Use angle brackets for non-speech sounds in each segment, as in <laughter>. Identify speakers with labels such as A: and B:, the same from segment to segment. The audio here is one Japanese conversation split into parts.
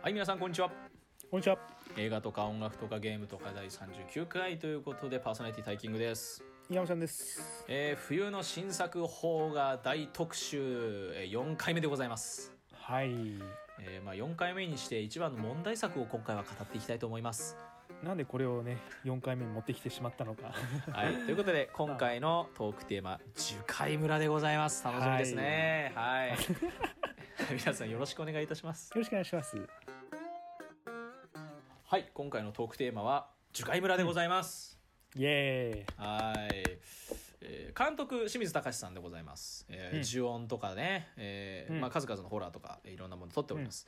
A: はい皆さんこんにちは
B: こんにちは。
A: 映画とか音楽とかゲームとか第39回ということでパーソナリティタイキングです、
B: 山ちゃんです。
A: えー冬の新作邦画大特集えー4回目でございます、
B: はい。
A: えーまあ、4回目にして一番の問題作を今回は語っていきたいと思い <laughs> ます
B: なんでこれをね、4回目に持ってきてしまったのか。
A: はい、ということで今回のトークテーマ「樹海村」でございます楽しみですねはい、 <laughs> 皆さんよろしくお願いいたします
B: よろしくお願いします。
A: はい今回のトークテーマは「樹海村」でございます、
B: イエーイ。
A: はい、えー監督清水隆さんでございます、えー
B: うん
A: 呪音とかね、えー
B: うん
A: まあ、数々のホラーとかえーいろんなもの撮っております、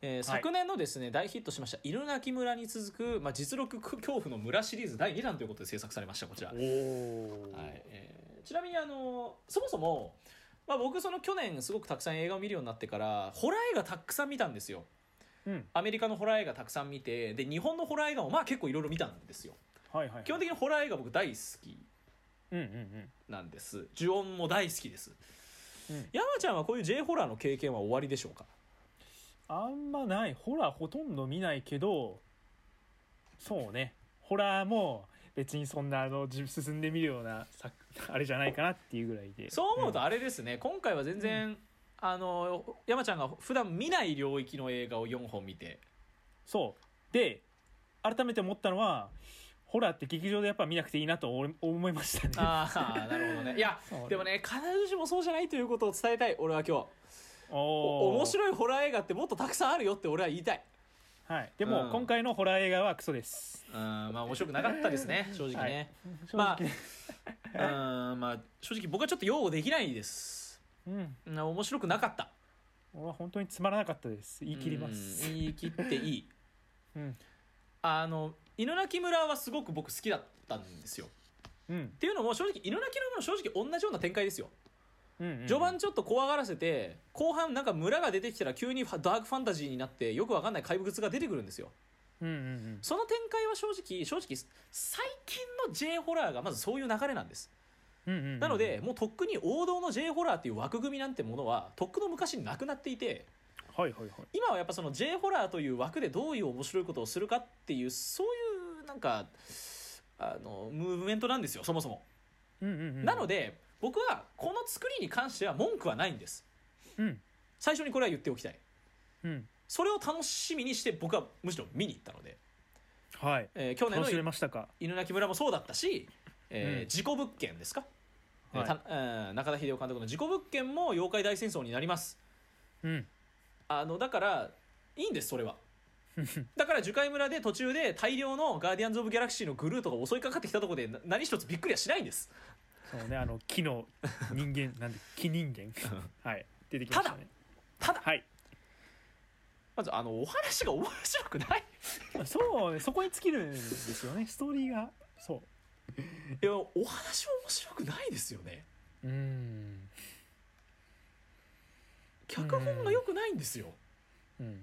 A: えー
B: はい
A: 昨年のですね、大ヒットしました「犬鳴村」に続く、まあ、実録恐怖の村シリーズ第2弾ということで制作されましたこちら
B: おお。
A: はいえーちなみにあのそもそも、まあ、僕その去年すごくたくさん映画を見るようになってからホラー映画たくさん見たんですよ
B: うん。
A: アメリカのホラー映画たくさん見てで日本のホラー映画もまあ結構いろいろ見たんですよ
B: はいはい。
A: 基本的にホラー映画僕大好き
B: うんうんうん。
A: なんです呪音も大好きです、
B: うん
A: 山ちゃんはこういう J ホラーの経験は終わりでしょうか
B: あんまない。ホラーほとんど見ないけど、そうね。ホラーも別にそんなあのじ進んでみるような作あれじゃないかなっていうぐらいで。
A: そう思うとあれですね、今回は全然、あの山ちゃんが普段見ない領域の映画を4本見て
B: そう。で、改めて思ったのは、ホラーって劇場でやっぱ見なくていいなと思い思いましたね。
A: あ <laughs> あなるほどねいや
B: そう
A: でもね必ずしもそうじゃないということを伝えたい俺は今日
B: お
A: お
B: ー
A: 面白いホラー映画ってもっとたくさんあるよって俺は言いたい
B: はい、で
A: う
B: も
A: ん
B: 今回のホラー映画はクソです。
A: うんまあ面白くなかったですね <laughs> 正直ね、まあうんまあ正直僕はちょっと擁護できないです
B: うん、
A: うん面白くなかった
B: 俺は本当につまらなかったです。言い切ります。
A: うん言い切っていい
B: うん、
A: あの犬鳴村はすごく僕好きだったんですよ
B: うん
A: っ、ていうのも正直犬鳴村も正直同じような展開ですよ
B: うん、
A: 序盤ちょっと怖がらせて後半なんか村が出てきたら急にファダークファンタジーになってよくわかんない怪物が出てくるんですよ
B: うん、うん、うん、
A: その展開は正直正直最近の J ホラーがまずそういう流れなんです
B: うん、うん、
A: なので、もうとっくに王道の J ホラーっていう枠組みなんてものはとっくの昔になくなっていて
B: はい、はい、はい。
A: 今はやっぱその J ホラーという枠でどういう面白いことをするかっていうそういうなんかあのムーブメントなんですよそもそも、
B: うん、うん、うん、
A: なの、で僕はこの作りに関しては文句はないんです
B: うん、
A: 最初にこれは言っておきたい
B: うん、
A: それを楽しみにして僕はむしろ見に行ったので、
B: はい。
A: えー去年
B: 楽
A: の
B: しめましたか。
A: 犬鳴村もそうだったし、えー
B: うん
A: 事故物件ですか、えー
B: はい
A: たえー中田秀夫監督の事故物件も妖怪大戦争になります
B: うん、
A: あのだからいいんですそれ
B: <laughs>
A: はだから樹海村で途中で大量のガーディアンズ・オブ・ギャラクシーのグルートが襲いかかってきたところでな何一つびっくりはしないんです
B: そうね、あの木の人
A: <laughs>
B: 間、なんで、木人間。はい、出てきましたね。
A: ただ
B: はい。
A: まずあのお話が面白く
B: <laughs>
A: ない
B: そうね、そこに尽きるんですよね。ストーリーが。そ
A: いやお話も面白くないですよね
B: う。うん。
A: 脚本が良くないんですよ、
B: うん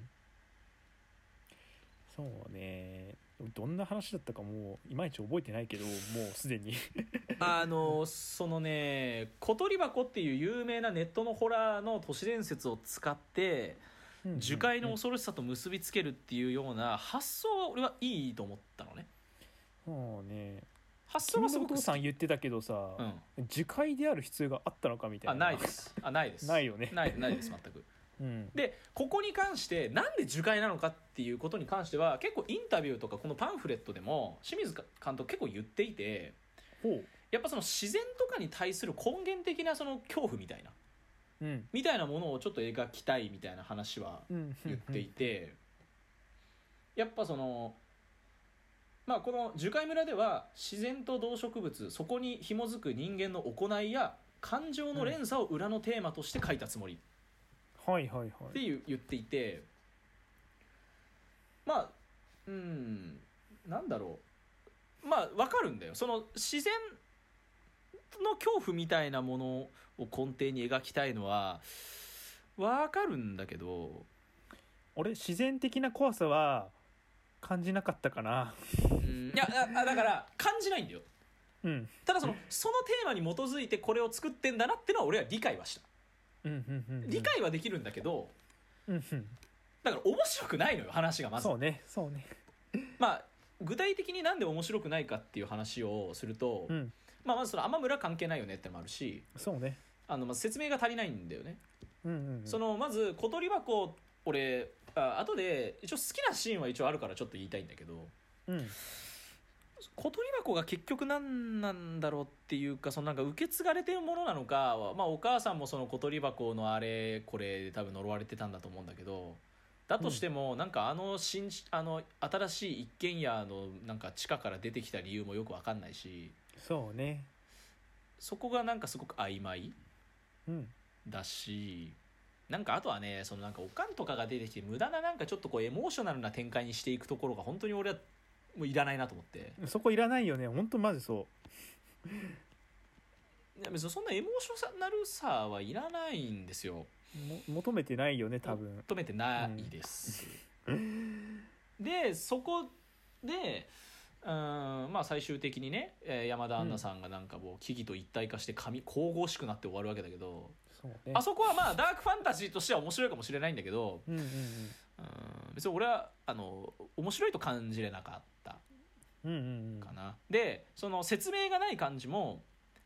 B: そうねどんな話だったかもういまいち覚えてないけ
A: <laughs>
B: どもうすでに
A: あのそのね「小鳥箱」っていう有名なネットのホラーの都市伝説を使って樹海の恐ろしさと結びつけるっていうような発想は俺はいいと思ったのね
B: そうね
A: 発想
B: 君
A: がす
B: のお
A: ごく
B: 父
A: 好き
B: さん言ってたけどさ、
A: うん、
B: 樹海である必要があったのかみたい
A: あ
B: な
A: ないですあないです
B: ないよね
A: ないないです全く
B: うん
A: でここに関してなんで樹海なのかっていうことに関しては結構インタビューとかこのパンフレットでも清水監督結構言っていて
B: ほう
A: やっぱその自然とかに対する根源的なその恐怖みたいな
B: うん
A: みたいなものをちょっと描きたいみたいな話は
B: うん
A: 言っていて、やっぱそのまあこの樹海村では自然と動植物そこに紐づく人間の行いや感情の連鎖を裏のテーマとして書いたつもりっ
B: はいはいはい
A: ていう言っていてまあうんなんだろうまあわかるんだよその自然の恐怖みたいなものを根底に描きたいのはわかるんだけど
B: 俺自然的な怖さは感じなかったかな
A: うんいやああだから感じないんだよ
B: うん
A: ただそのそのテーマに基づいてこれを作ってんだなってのは俺は理解はした
B: うんうんうんうん
A: 理解はできるんだけど
B: うんうん
A: だから面白くないのよ話がまず
B: そうねそうね
A: まあ具体的になんで面白くないかっていう話をすると、
B: うん
A: まあ、まずその天村関係ないよねってのもあるし
B: そうね
A: あのまあ説明が足りないんだよね、
B: うんうんうん
A: そのまず小鳥箱俺あ後で一応好きなシーンは一応あるからちょっと言いたいんだけど
B: うん
A: 小鳥箱が結局何なんだろうっていうかそのなんか受け継がれてるものなのかは、まあ、お母さんもその小鳥箱のあれこれで多分呪われてたんだと思うんだけどだとしても、なんかあの新あの新しい一軒家のなんか地下から出てきた理由もよく分かんないし
B: そうね
A: そこがなんかすごく曖昧
B: うん
A: だしなんかあとはねそのなんかおかんとかが出てきて無駄ななんかちょっとこうエモーショナルな展開にしていくところが本当に俺はもういらないなと思って。
B: そこいらないよねほんとマジそ
A: いや別にそんなエモーショナルさはいらないんですよ
B: うも求めてないよね多分
A: 求めてないです、でそこでうーんまあ最終的にねえー山田杏奈さんがなんかもう木々と一体化して神神々しくなって終わるわけだけど
B: そうね
A: あそこはまあダークファンタジーとしては面白いかもしれないんだけど
B: うんうん
A: うーん別に俺はあの面白いと感じれなかった
B: うんうんうんうん
A: かな、でその説明がない感じも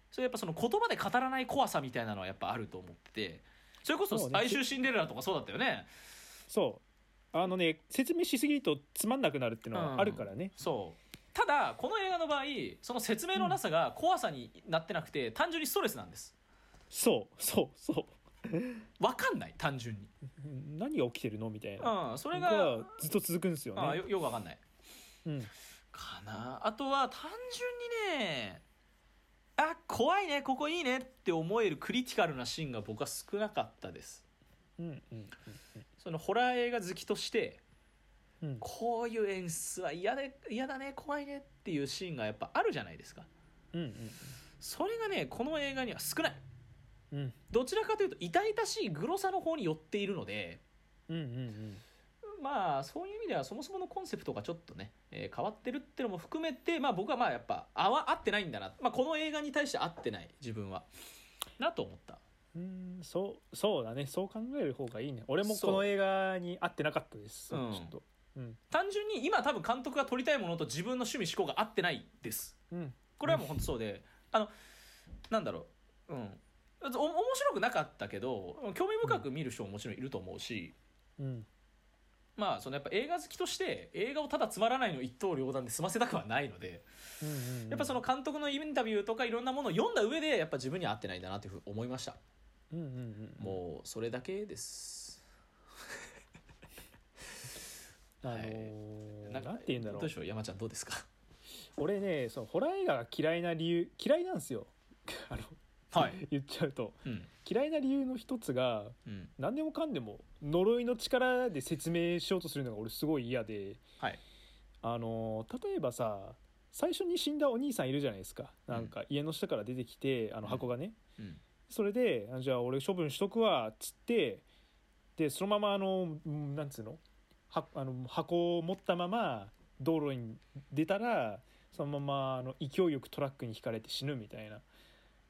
A: それやっぱその言葉で語らない怖さみたいなのはやっぱあると思っててそれこ
B: そ
A: そう「
B: ね
A: 哀愁シンデレラ」とかそうだったよね
B: そうあのね説明しすぎるとつまんなくなるっていうのはあるからね、
A: そうただこの映画の場合その説明のなさが怖さになってなくて、単純にストレスなんです
B: そうそうそう
A: 分かんない単純に
B: うん何が起きてるのみたいな、
A: うんそれ
B: が
A: が、
B: ずっと続くんですよ
A: ああ
B: ね
A: よよく分かんない
B: うん
A: かなあとは単純にねあ怖いねここいいねって思えるクリティカルなシーンが僕は少なかったです
B: うんうんうん
A: そのホラー映画好きとして
B: うんうん
A: こういう演出は嫌で嫌だね怖いねっていうシーンがやっぱあるじゃないですか
B: うんうん
A: それがねこの映画には少ない
B: うん
A: どちらかというと痛々しいグロさの方に寄っているので
B: うんうん
A: まあそういう意味ではそもそものコンセプトがちょっとね、えー変わってるってのも含めてまあ僕はまあやっぱ合わ合ってないんだな、まあ、この映画に対して合ってない自分はなと思った
B: うんうんそうそうだねそう考える方がいいね俺もこ
A: そう
B: の映画に合ってなかったですそううんちょっとうん
A: 単純に今多分監督が撮りたいものと自分の趣味思考が合ってないです
B: うん
A: これはもう本当そうで、あのなんだろううんお面白くなかったけど興味深く見る人ももちろんいると思うし、
B: うん
A: まあそのやっぱ映画好きとして映画をただつまらないの一刀両断で済ませたくはないので、
B: うんうんうん
A: やっぱその監督のインタビューとかいろんなものを読んだ上でやっぱ自分には合ってないんだなというふうに思いました、
B: うんうんうん
A: もうそれだけです
B: あのーなんて言うんだ
A: ど
B: ろう
A: うでしょう山ちゃんどうですか
B: 俺ねそのホラー映画が嫌いな理由嫌いなんですよ <laughs> あの
A: はい
B: 言っちゃうと
A: うん
B: 嫌いな理由の一つが
A: うん
B: 何でもかんでも呪いの力で説明しようとするのが俺すごい嫌で
A: はい
B: あの例えばさ最初に死んだお兄さんいるじゃないですかなんか家の下から出てきてあの箱がね、
A: うん
B: それであ「じゃあ俺処分しとくわ」っつってでそのままあのうんなんつうのはあの箱を持ったまま道路に出たらそのままあの勢いよくトラックにひかれて死ぬみたいな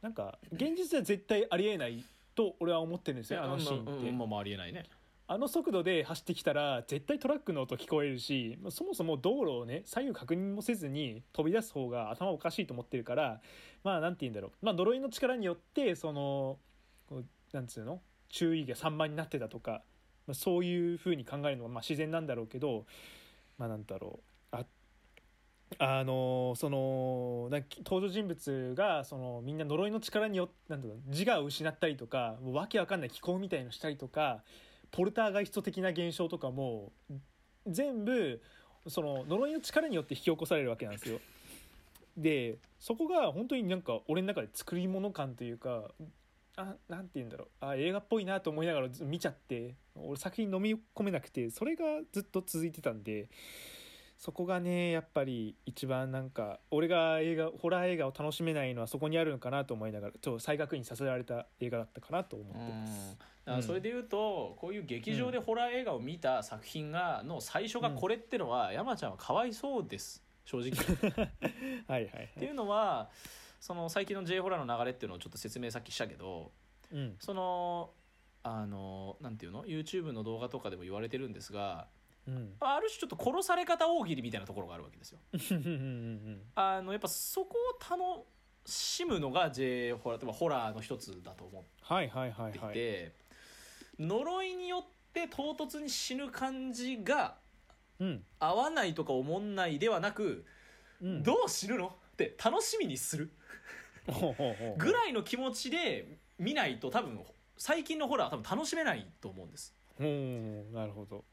B: なんか現実では絶対ありえないと俺は思ってるんですよあのシーンって。
A: うんまあまあありえないね
B: あの速度で走ってきたら絶対トラックの音聞こえるしまあそもそも道路をね左右確認もせずに飛び出す方が頭おかしいと思ってるからまあなんて言うんだろうまあ呪いの力によってそのこうなんつうの注意が散漫になってたとか、まあ、そういうふうに考えるのはまあ自然なんだろうけどまあなんだろうああのーそのなんか登場人物がそのみんな呪いの力によってなんだろう自我を失ったりとかもうわけわかんない気候みたいのしたりとかポルターガイスト的な現象とかも全部その呪いの力によって引き起こされるわけなんですよ。でそこが本当になんか俺の中で作り物感というかあなんて言うんだろうあ映画っぽいなと思いながらず見ちゃって俺作品飲み込めなくてそれがずっと続いてたんでそこがねやっぱり一番なんか俺が映画ホラー映画を楽しめないのはそこにあるのかなと思いながらちょっと再確認させられた映画だったかなと思ってます。
A: だからそれで言うと、こういう劇場でホラー映画を見た作品がの最初がこれってのは、山ちゃんはかわいそうです正直。っ
B: はいはい、は
A: てい
B: いう
A: のはその最近の J ホラーの流れっていうのをちょっと説明さっきしたけど
B: うん
A: そのあのなんていうの YouTube の動画とかでも言われてるんですが
B: うん
A: ある種ちょっと殺され方大喜利みたいなところがあるわけですよ。あのやっぱそこを楽しむのが J ホラーホラーの一つだと思っ
B: はいはいはい
A: てい
B: はい
A: て、呪いによって唐突に死ぬ感じが
B: うん
A: 合わないとか思んないではなく、
B: うん
A: どう死ぬのって楽しみにする
B: ほうほうほう
A: ぐらいの気持ちで見ないと多分最近のホラーは多分楽しめないと思うんです。
B: ほうなるほど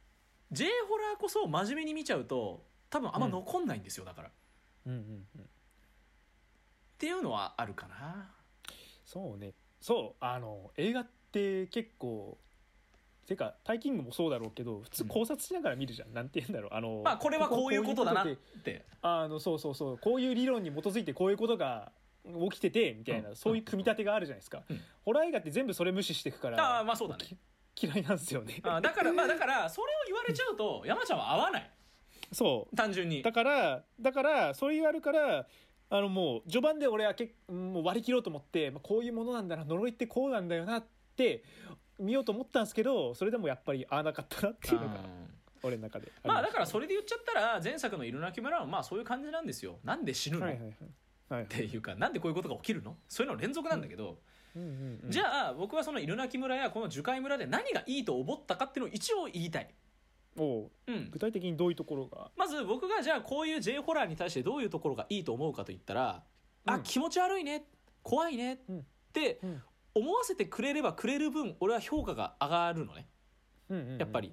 A: J ホラーこそ真面目に見ちゃうと多分あんま残んないんですよ、だから。っ
B: うんうんうん
A: ていうのはあるかな。
B: そうねそうあの映画って結構てか「タイキング」もそうだろうけど普通考察しながら見るじゃん、なんて言うんだろうあの
A: まあこれはこういうことだなっ
B: で
A: て。
B: あのそうそうそうこういう理論に基づいてこういうことが起きててみたいな、
A: うん
B: そういう組み立てがあるじゃないですか、
A: うん
B: ホラー映画って全部それ無視していくから
A: ああまあそうだね。
B: き嫌いなんですよね
A: あだからまあだからそれを言われちゃうと山ちゃんは合わない
B: そう
A: 単純に
B: だからだからそれがあるからあのもう序盤で俺はけもう割り切ろうと思って、まあ、こういうものなんだな呪いってこうなんだよなって見ようと思ったんですけどそれでもやっぱり合わなかったなっていうの
A: う
B: が
A: ん
B: 俺の中で
A: まあだから
B: れ
A: それで言っちゃったら前作の「いるなき村」はまあそういう感じなんですよなんで死ぬの、
B: はいはいはいは
A: っ
B: い
A: ていうかなんでこういうことが起きるのそういうの連続なんだけど、
B: うんうんうん
A: じゃあ僕はその「いるなき村」やこの「樹海村」で何がいいと思ったかっていうのを一応言いたい、
B: おう
A: うん
B: 具、体的にどういうところが
A: まず僕がじゃあこういう J ホラーに対してどういうところがいいと思うかといったら、
B: う
A: あ
B: ん
A: 気持ち悪いね怖いね
B: うん
A: って
B: うん
A: 思わせてくれればくれる分俺は評価が上がるのね
B: うんうんうん
A: やっぱり、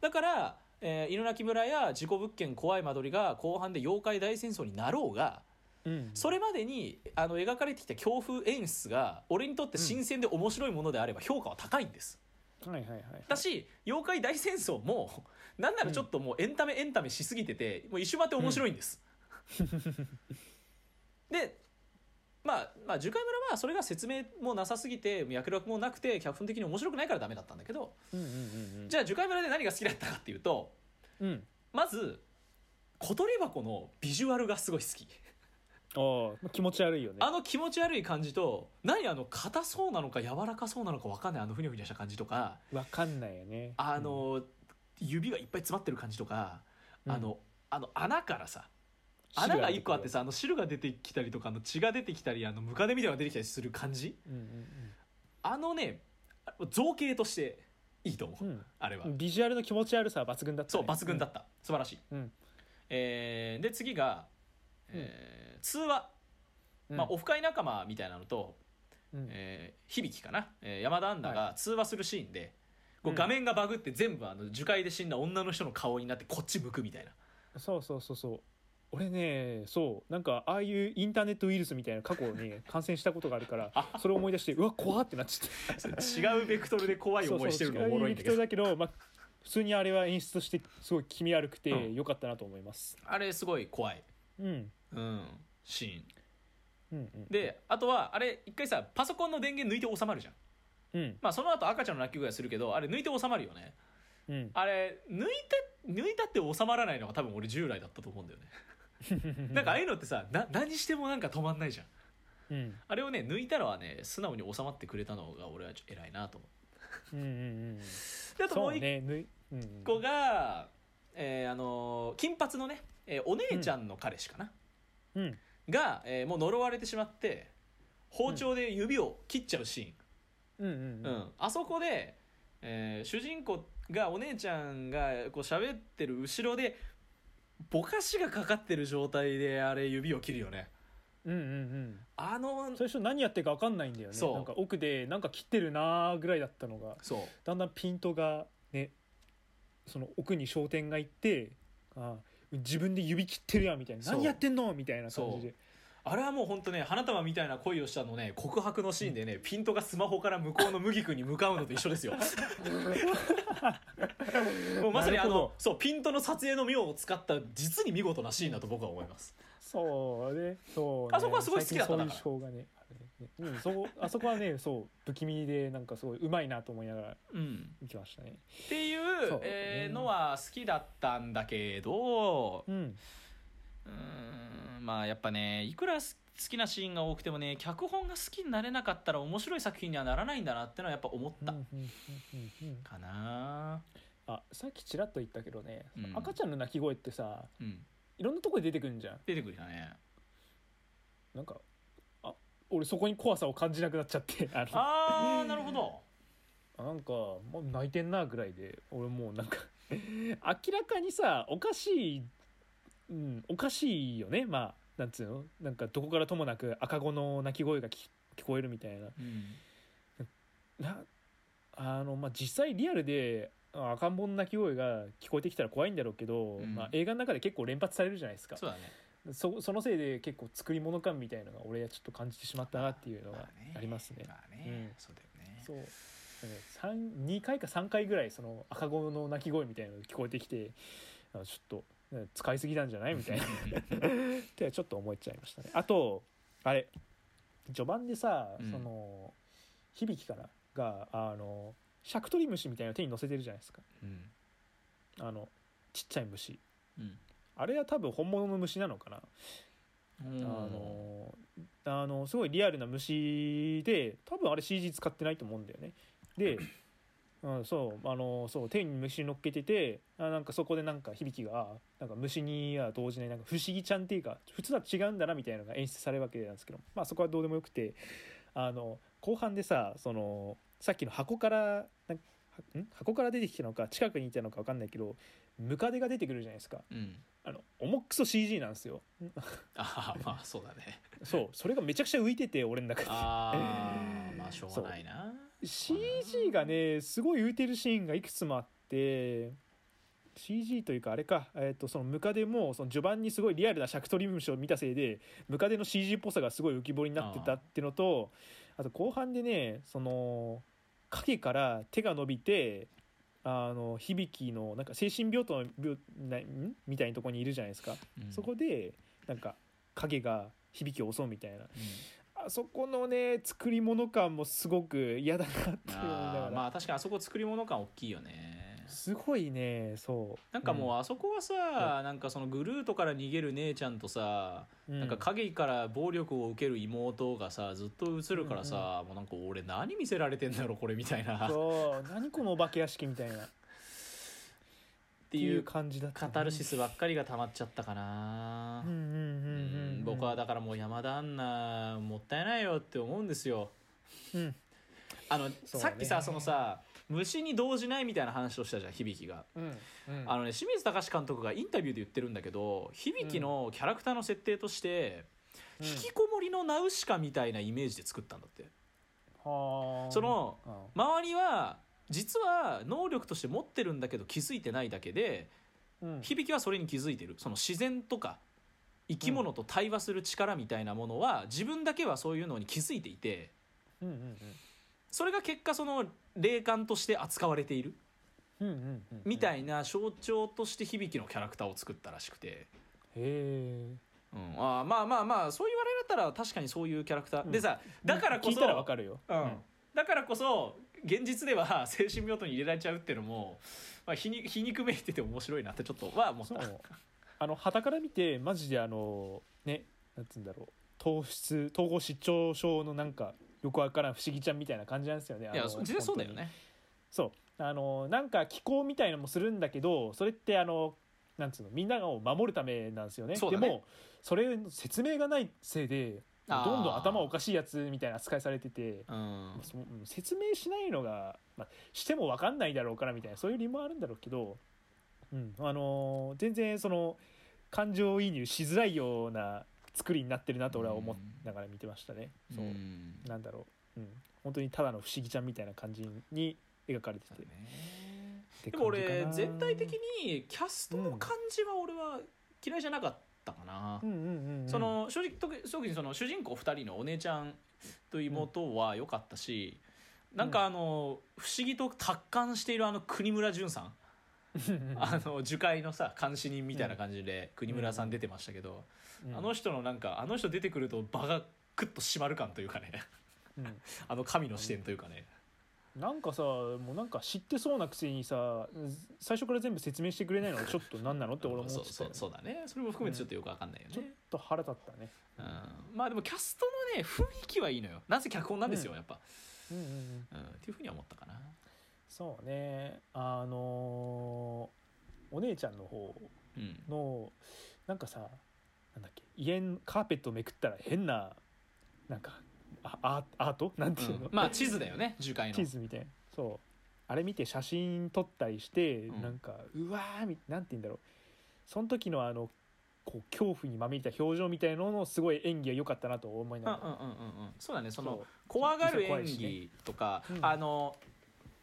A: だから、えー、犬鳴村や事故物件怖い間取りが後半で妖怪大戦争になろうが
B: うん
A: それまでにあの描かれてきた恐怖演出が俺にとって新鮮で面白いものであれば評価は高いんです、
B: はいはいはいはい
A: だし妖怪大戦争もなんならちょっともうエンタメエンタメしすぎててもう一周回って面白いんです、でまあ、まあ、樹海村はそれが説明もなさすぎて脈絡もなくて脚本的に面白くないからダメだったんだけど、
B: うんうんうんうん
A: じゃあ樹海村で何が好きだったかっていうと
B: うん
A: まず小鳥箱のビジュアルがすごい好き
B: おうまあ気持ち悪いよね
A: あの気持ち悪い感じと何あの硬そうなのか柔らかそうなのか分かんないあのふにゃふにゃした感じとか
B: わかんないよね
A: あの、指がいっぱい詰まってる感じとか、
B: うん
A: あのあの穴からさ
B: 汁
A: 穴が
B: 出てくる
A: 1個あってさあの汁が出てきたりとかあの血が出てきたりあのムカデみたいなのが出てきたりする感じ
B: うんうん
A: あのね造形としていいと思う、
B: うん
A: あれは、
B: うんビジュアルの気持ち悪さは抜群だった
A: そう
B: ね
A: 抜群だった、素晴らしい、
B: うん
A: えーで次が、えー通話、
B: うん
A: まあ、オフ会仲間みたいなのと、
B: うん
A: えー響かな、えー山田アンナ
B: は
A: が通話するシーンで、こ
B: う
A: うん画面がバグって全部あの樹海で死んだ女の人の顔になってこっち向くみたいな
B: そうそうそうそう俺ねそうなんかああいうインターネットウイルスみたいな過去に感染したことがあるからそれを思い出してうわ怖ってなっちゃって
A: それ違うベクトルで怖い
B: そう
A: 思
B: そう
A: いしてるのおもろいんだけ
B: 違う
A: ど
B: だけど、まあ、普通にあれは演出としてすごい気味悪く
A: う
B: て
A: ん
B: 良かったなと思います、
A: あれすごい怖い、
B: うん、うん
A: うん、シーン
B: うん
A: であとはあれ一回さパソコンの電源抜いて収まるじゃん
B: うん
A: まあその後赤ちゃんの泣き声はするけどあれ抜いて収まるよね
B: うん
A: あれ抜いて抜いたって収まらないのが多分俺従来だったと思うんだよねなんかああいうのってさな何してもなんか止まんないじゃん
B: うん
A: あれをね抜いたのはね素直に収まってくれたのが俺はちょ偉いなと思
B: うんうんうん
A: うであとも
B: そうう
A: 一
B: ねぬいうんうん
A: 個が、えーあのー金髪のね、えーお姉ちゃんの彼氏かな、
B: うん
A: が、えーもう呪われてしまって包丁で指を切っちゃうシ
B: うん
A: ーン、
B: う
A: うんんあそこで、えー主人公がお姉ちゃんがこう喋ってる後ろでぼかしがかかってる状態であれ指を切るよね
B: うんうんうん
A: あの
B: 最初何やってるか分かんないんだよね
A: そう
B: なんか奥でなんか切ってるなーぐらいだったのが
A: そう
B: だんだんピントがねその奥に焦点がいってあー自分で指切ってるやんみたいな
A: そう
B: 何やってんのみたいな感じで
A: あれはもう本当ね花束みたいな恋をしたのね告白のシーンでねピントがスマホから向こうの麦君に向かうのと一緒です
B: <laughs>
A: よ <laughs> もうまさにあ
B: なるほ
A: の
B: ど
A: そうピントの撮影の妙を使った実に見事なシーンだと僕は思います
B: そうねそうね
A: あそこはすごい好きだった
B: 最近そういう手法がねあれねうん、そこあそこはねそう不気味でなんかすごいうまいなと思いながら
A: うん
B: 行きましたね
A: っていう
B: そう
A: えー
B: うん
A: のは好きだったんだけど
B: うん
A: うーんまあやっぱねいくらす好きなシーンが多くてもね脚本が好きになれなかったら面白い作品にはならないんだなってのはやっぱ思った、
B: うんうんうんうん
A: かな
B: あさっきちらっと言ったけどね、
A: うん
B: 赤ちゃんの泣き声ってさ
A: うん
B: いろんなとこで出てくるんじゃん
A: 出てくるよね
B: なんかあ俺そこに怖さを感じなくなっちゃって <laughs> あの
A: あーなるほど
B: あなんかもう泣いてんなぐらいで俺もうなんか <laughs> 明らかにさおかしい、うん、おかしいよねまあなんつうのなんかどこからともなく赤子の泣き声が聞聞こえるみたいな
A: うん
B: なあのまあ実際リアルであ赤ん坊の泣き声が聞こえてきたら怖いんだろうけど、
A: うん
B: まあ、映画の中で結構連発されるじゃないですか
A: そうだね
B: そそのせいで結構作り物感みたいのが俺はちょっと感じてしまったなっていうのがありますね。
A: まあね、
B: うん
A: そうだよね
B: そう2回か3回ぐらいその赤子の鳴き声みたいなのが聞こえてきてあちょっとね使いすぎなん
A: <laughs>
B: じゃないみたいなってちょっと思っちゃいましたねあとあれ序盤でさ、
A: うん
B: その響からがあのシャクトリムシみたいなの手に乗せてるじゃないですか
A: うん
B: あのちっちゃい虫
A: うん
B: あれは多分本物の虫なのかな
A: うん
B: あのあのすごいリアルな虫で多分あれ CG 使ってないと思うんだよねで、うん、そうあのそう手に虫乗っけててあなんかそこでなんか響きがあなんか虫には動じないなんか不思議ちゃんっていうか普通は違うんだなみたいなのが演出されるわけなんですけど、まあ、そこはどうでもよくてあの後半でさそのさっきの箱からなんはん箱から出てきたのか近くにいたのか分かんないけどムカデが出てくるじゃないですか
A: うん
B: あの重くそ CG なんですよ
A: ああまあそうだ
B: <laughs>
A: ね
B: そうそれがめちゃくちゃ浮いてて俺の中で
A: ああまあしょうがないな
B: CG がねすごい浮いてるシーンがいくつもあって CG というかあれか、えー、とそのムカデもその序盤にすごいリアルな尺取り虫を見たせいでムカデの CG っぽさがすごい浮き彫りになってたってのとあと後半でねその影から手が伸びてあの響のなんか精神病棟の病なんみたいなとこにいるじゃないですか、
A: うん
B: そこでなんか影が響きを襲うみたいな
A: うん
B: あそこのね作り物感もすごく嫌だなって思いなが
A: あ
B: ら、
A: ーまあ確かにあそこ作り物感大きいよね
B: すごいねそう
A: なんかもうあそこはさ、なんかそのグルートから逃げる姉ちゃんとさ、
B: う、
A: なんか影から暴力を受ける妹がさずっと映るからさ、もうなんか俺何見せられてんだろこれみたいな
B: うん
A: っ
B: そう何このお化け屋敷みたいなって
A: いう
B: 感じだった
A: カ
B: ね
A: タルシスばっかりが溜まっちゃったかな
B: うん、うん
A: う
B: うんうん、うん
A: ん、僕はだからもう山田アンナもったいないよって思うんですよ
B: うん
A: あの、
B: そうね
A: さっきさそのさ虫に動じないみたいな話をしたじゃん響が
B: うんうん
A: あのね清水崇監督がインタビューで言ってるんだけど響のキャラクターの設定として、
B: うん
A: 引きこもりのナウシカみたいなイメージで作ったんだって、
B: はあ
A: その
B: あ
A: 周りは実は能力として持ってるんだけど気づいてないだけで
B: うん
A: 響はそれに気づいてるその自然とか生き物と対話する力みたいなものは自分だけはそういうのに気づいていて
B: うんうん
A: それが結果その霊感として扱われている
B: うんうんうんうん
A: みた
B: へ
A: いな象徴として響のキャラクターを作ったらしくて。
B: え
A: うん、あーまあまあまあそう言われたら確かにそういうキャラクター、でさだからこ
B: 聞い
A: そ
B: たらわかるよ
A: うんだからこそ現実では <laughs> 精神病棟に入れられちゃうっていうのも、まあ、皮肉皮肉めいてて面白いなってちょっとは思っ
B: そ
A: た
B: うあの傍から見てマジであのねなんつうんだろう糖質統合失調症のなんかよくわからん不思議ちゃんみたいな感じなんですよねあの
A: いやそ実際そうだよ
B: 本当に
A: ね
B: そうあのなんか気候みたいのもするんだけどそれってあのなんつうのみんなを守るためなんですよね
A: そうだね
B: でもそれの説明がないせいで
A: あー
B: どんどん頭おかしいやつみたいな扱いされてて
A: うん
B: そうん説明しないのが、まあ、しても分かんないだろうからみたいなそういう理由もあるんだろうけど、うんあのー全然その感情移入しづらいような作りになってるなと俺は思っ
A: うん
B: ながら見てましたね。そううんなんだろう、うん、本当にただの不思議ちゃんみたいな感じに描かれて
A: そう
B: て
A: だ。ね
B: で
A: でも俺全体的にキャスト
B: う
A: の
B: ん
A: 感じは俺は嫌いじゃなかったかな、
B: うんうんうんうん、
A: その正直特特にその主人公2人のお姉ちゃんと妹は良かったし、なんかあの不思議と達観しているあの国村淳さん、
B: うんうんうん、
A: あの樹海のさ監視人みたいな感じで国村さん出てましたけど、
B: うん
A: あの人のなんかあの人出てくると場がクッと締まる感というかね
B: うん
A: あの神の視点というかね、
B: うなんかさもうなんか知ってそうなくせにさ最初から全部説明してくれないのはちょっと何なのって俺思っちゃ
A: そう
B: ったよ
A: そうそうだねそれも含めてちょっとよくわかんないよ
B: ちょっ
A: ね、
B: と腹立ったね
A: うんまあでもキャストのね雰囲気はいいのよなぜ脚本なんですよ、
B: うん
A: やっぱ、
B: うんうんうん
A: うん、っていうふうには思ったかな
B: そうねあのーお姉ちゃんの方
A: うん
B: のなんかさなんだっけ家のカーペットめくったら変ななんかあアーアートなんていうの、
A: うんまあ地図だよね樹海の
B: 地図みたいなそうあれ見て写真撮ったりして、
A: うん
B: なんかうわーみなんて言うんだろうその時のあのこう恐怖にまみれた表情みたいなののすごい演技が良かったなと思い
A: うんう
B: なんがら、
A: うんうんそうだねそ
B: そ
A: の
B: う
A: 怖がる
B: 実際怖
A: 演
B: いしね
A: 技とか、
B: うん
A: あの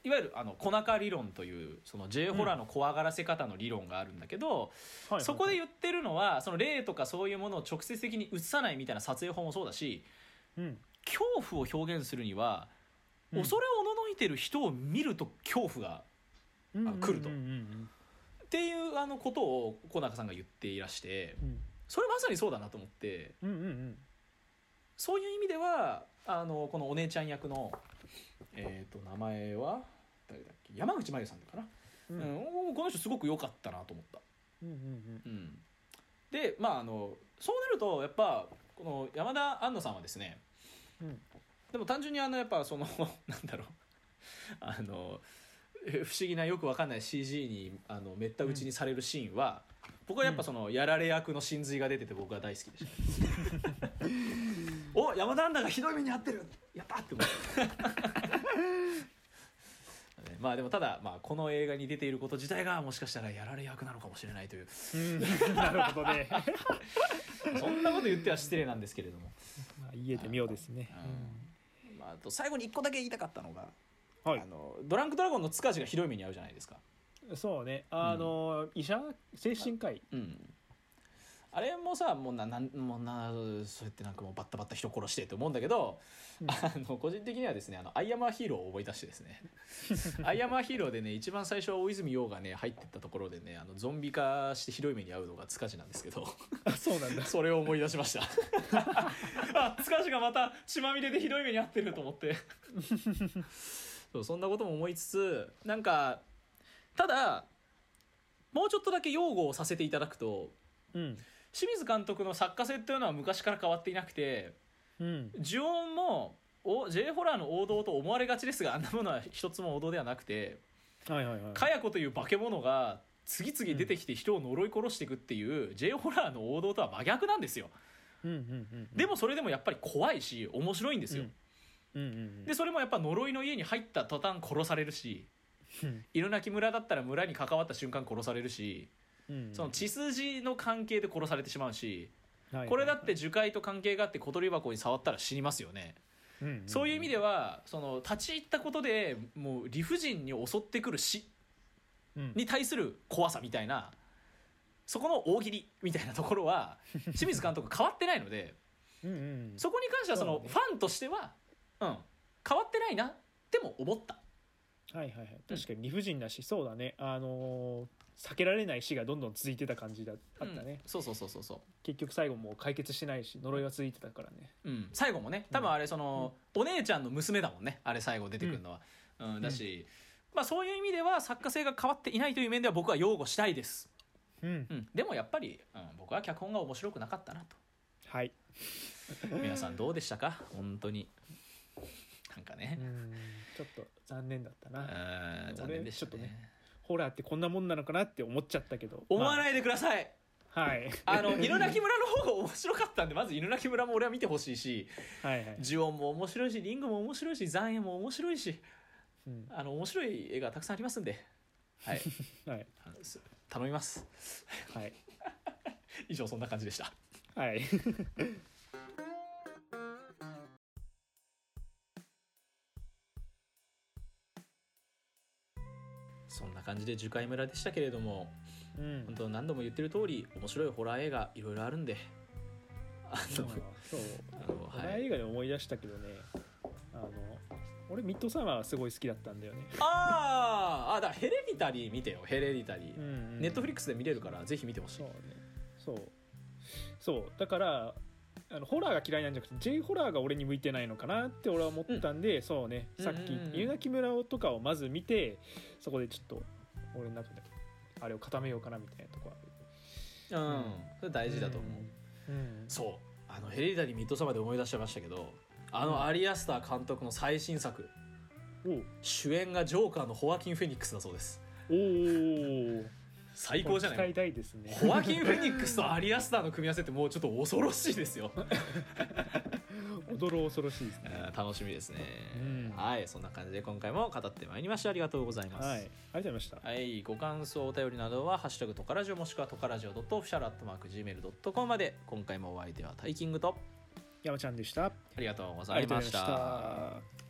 A: いわゆるあの小中理論というその J ホラーの怖がらせ方の理論があるんだけど、
B: はいはい
A: そこで、言ってるのはその霊とかそういうものを直接的に映さないみたいな撮影法もそうだし
B: うん、
A: 恐怖を表現するには、
B: うん
A: 恐れおののいてる人を見ると恐怖が
B: うん
A: あ来ると
B: うんうんうん
A: っていうあのことを小中さんが言っていらして
B: うん
A: それまさにそうだなと思って
B: うんうんうん
A: そういう意味ではあのこのお姉ちゃん役のえっ、と名前は誰だっけ山口真由さんかな、
B: うん
A: う
B: うんんうん
A: おこの人すごく良かったなと思った。
B: うんうん
A: うん、でまああのそうなるとやっぱこの山田杏奈さんはですね
B: うん
A: でも単純にあのやっぱその <laughs> なんだろうあのえ不思議なよくわかんない CG にあのめった打ちにされるシーンは、僕はやっぱその、やられ役の真髄が出てて僕は大好きで
B: <laughs>
A: したお山田杏奈がひどい目に遭ってるやったって思 <laughs> ったねまあでもただ、まあ、この映画に出ていること自体がもしかしたらやられ役なのかもしれないという
B: うんなるほどね
A: そんなこと言っては失礼なんですけれども、
B: まあ言えてみようですね、
A: うんまあ、あと最後に一個だけ言いたかったのが、
B: うんはい
A: あのドランクドラゴンの塚地がひどい目に遭うじゃないですか、
B: そうねあの、医者精神科医
A: うん、あれもさもうななんもうなそうやってなんかもうバッタバッタ人殺してって思うんだけど、
B: うん
A: あの個人的にはですね「あのアイアマーヒーロー」を思い出してです <laughs> ね「アイアマーヒーロー」でね一番最初大泉洋がね入ってったところでねあのゾンビ化してひどい目に遭うのが塚地なんですけど。
B: あそうなんだ
A: それを思い出しました <laughs> あ塚地がまた血まみれでひどい目に遭ってると思って <laughs> そうそんなことも思いつつなんかただもうちょっとだけ擁護をさせていただくと
B: うん
A: 清水監督の作家性というのは昔から変わっていなくて
B: うん
A: 呪音もお J ホラーの王道と思われがちですがあんなものは一つも王道ではなくて
B: はいはいはい
A: かや子という化け物が次々出てきて人を呪い殺していくっていう J ホラーの王道とは真逆なんですよ。
B: うんうんうんうん
A: でもそれでもやっぱり怖いし面白いんですよ、
B: うんうんうん
A: でそれもやっぱ呪いの家に入った途端殺されるし
B: うん
A: 犬鳴村だったら村に関わった瞬間殺されるし、
B: うん
A: その血筋の関係で殺されてしまうし、
B: はいはい
A: これだって樹海と関係があって小鳥箱に触ったら死にますよね、
B: うんうん
A: そういう意味ではその立ち入ったことでもう理不尽に襲ってくる死
B: うん
A: に対する怖さみたいなそこの大喜利みたいなところ
B: <laughs>
A: は清水監督変わってないので。
B: うんうん
A: そこに関してはその
B: そう
A: フ
B: ね
A: ァンとしては、うん、変わってないなっても思った。
B: はいはいはい確かに理不尽だしそうだねあのー避けられない死がどんどん続いてた感じだあったね
A: うんそうそうそうそうそ
B: 結局最後もう解決してないし呪いは続いてたからね
A: う。うん、最後もね多分あれその、お姉ちゃんの娘だもんねあれ最後出てくるのは。うんだし、まあ、そういう意味では作家性が変わっていないという面では僕は擁護したいです。
B: うん
A: うん、でもやっぱり、うん、僕は脚本が面白くなかったなと。
B: はい
A: 皆さんどうでしたか本当に。なんか
B: う
A: ね。
B: んちょっと残念だった
A: う
B: なん
A: 残念でした
B: 俺ちょっと
A: ね。
B: ホラーってこんなもんなのかなって思っちゃったけど
A: 思わ
B: い
A: ないでください、
B: はい
A: あの犬鳴村の方が面白かったんでまず犬鳴村も俺は見てほしいし
B: はいはい
A: ジオンも面白いしリングも面白いし残影も面白いし
B: うん
A: あの面白い映画たくさんありますん <laughs> で、はい、
B: はい
A: あのす頼みます
B: はい
A: 以上そんな感じでした
B: はい
A: そんな感じで樹海村でしたけれども
B: <laughs> う
A: 本
B: ん
A: 当何度も言ってる通り面白いホラー映画いろいろあるんであ
B: そう
A: の
B: そう
A: あの
B: ホラ
A: は
B: ー
A: い
B: 映画で思い出したけどねあの俺ミッドサマーはすごい好きだったんだよね、
A: あーあだからヘレディタリー見てよヘレディタリー、ネットフリリ
B: ッ
A: ックスで見れるからぜひ見てほしい
B: そうねそうそうだからあのホラーが嫌いなんじゃなくて J ホラーが俺に向いてないのかなって俺は思ったんで、そうねさっき
A: うんうんうんうん
B: 「夕泣き村」とかをまず見てそこでちょっと俺の中であれを固めようかなみたいなとこは
A: うん、それ大事だと思う、
B: うん、うん
A: そうあのヘレディタリーミッドサマーで思い出しちゃいましたけどあ
B: うん
A: のアリアスター監督の最新作
B: おう
A: 主演がジョーカーのホワキン・フェニックスだそうです
B: おー
A: 最高じゃ
B: 期
A: ない
B: 待大ですね
A: ホワキン・フェニックスとアリアスターの組み合わせってもうちょっと恐ろしいです <laughs> よ
B: <laughs> 驚る恐ろしいですね
A: うん楽しみですね、
B: うん
A: はいそんな感じで今回も語ってまいりましたありがとうございます、
B: はいありがとうございました
A: はい、ご感想お便りなどは「ハッシュタグトカラジオ」もしくはトカラジオドットオフィシャルアットマーク Gmail.com まで今回もお相手はタイキングと
B: 山ちゃんでした
A: ありがとうございました。
B: ありがとうございました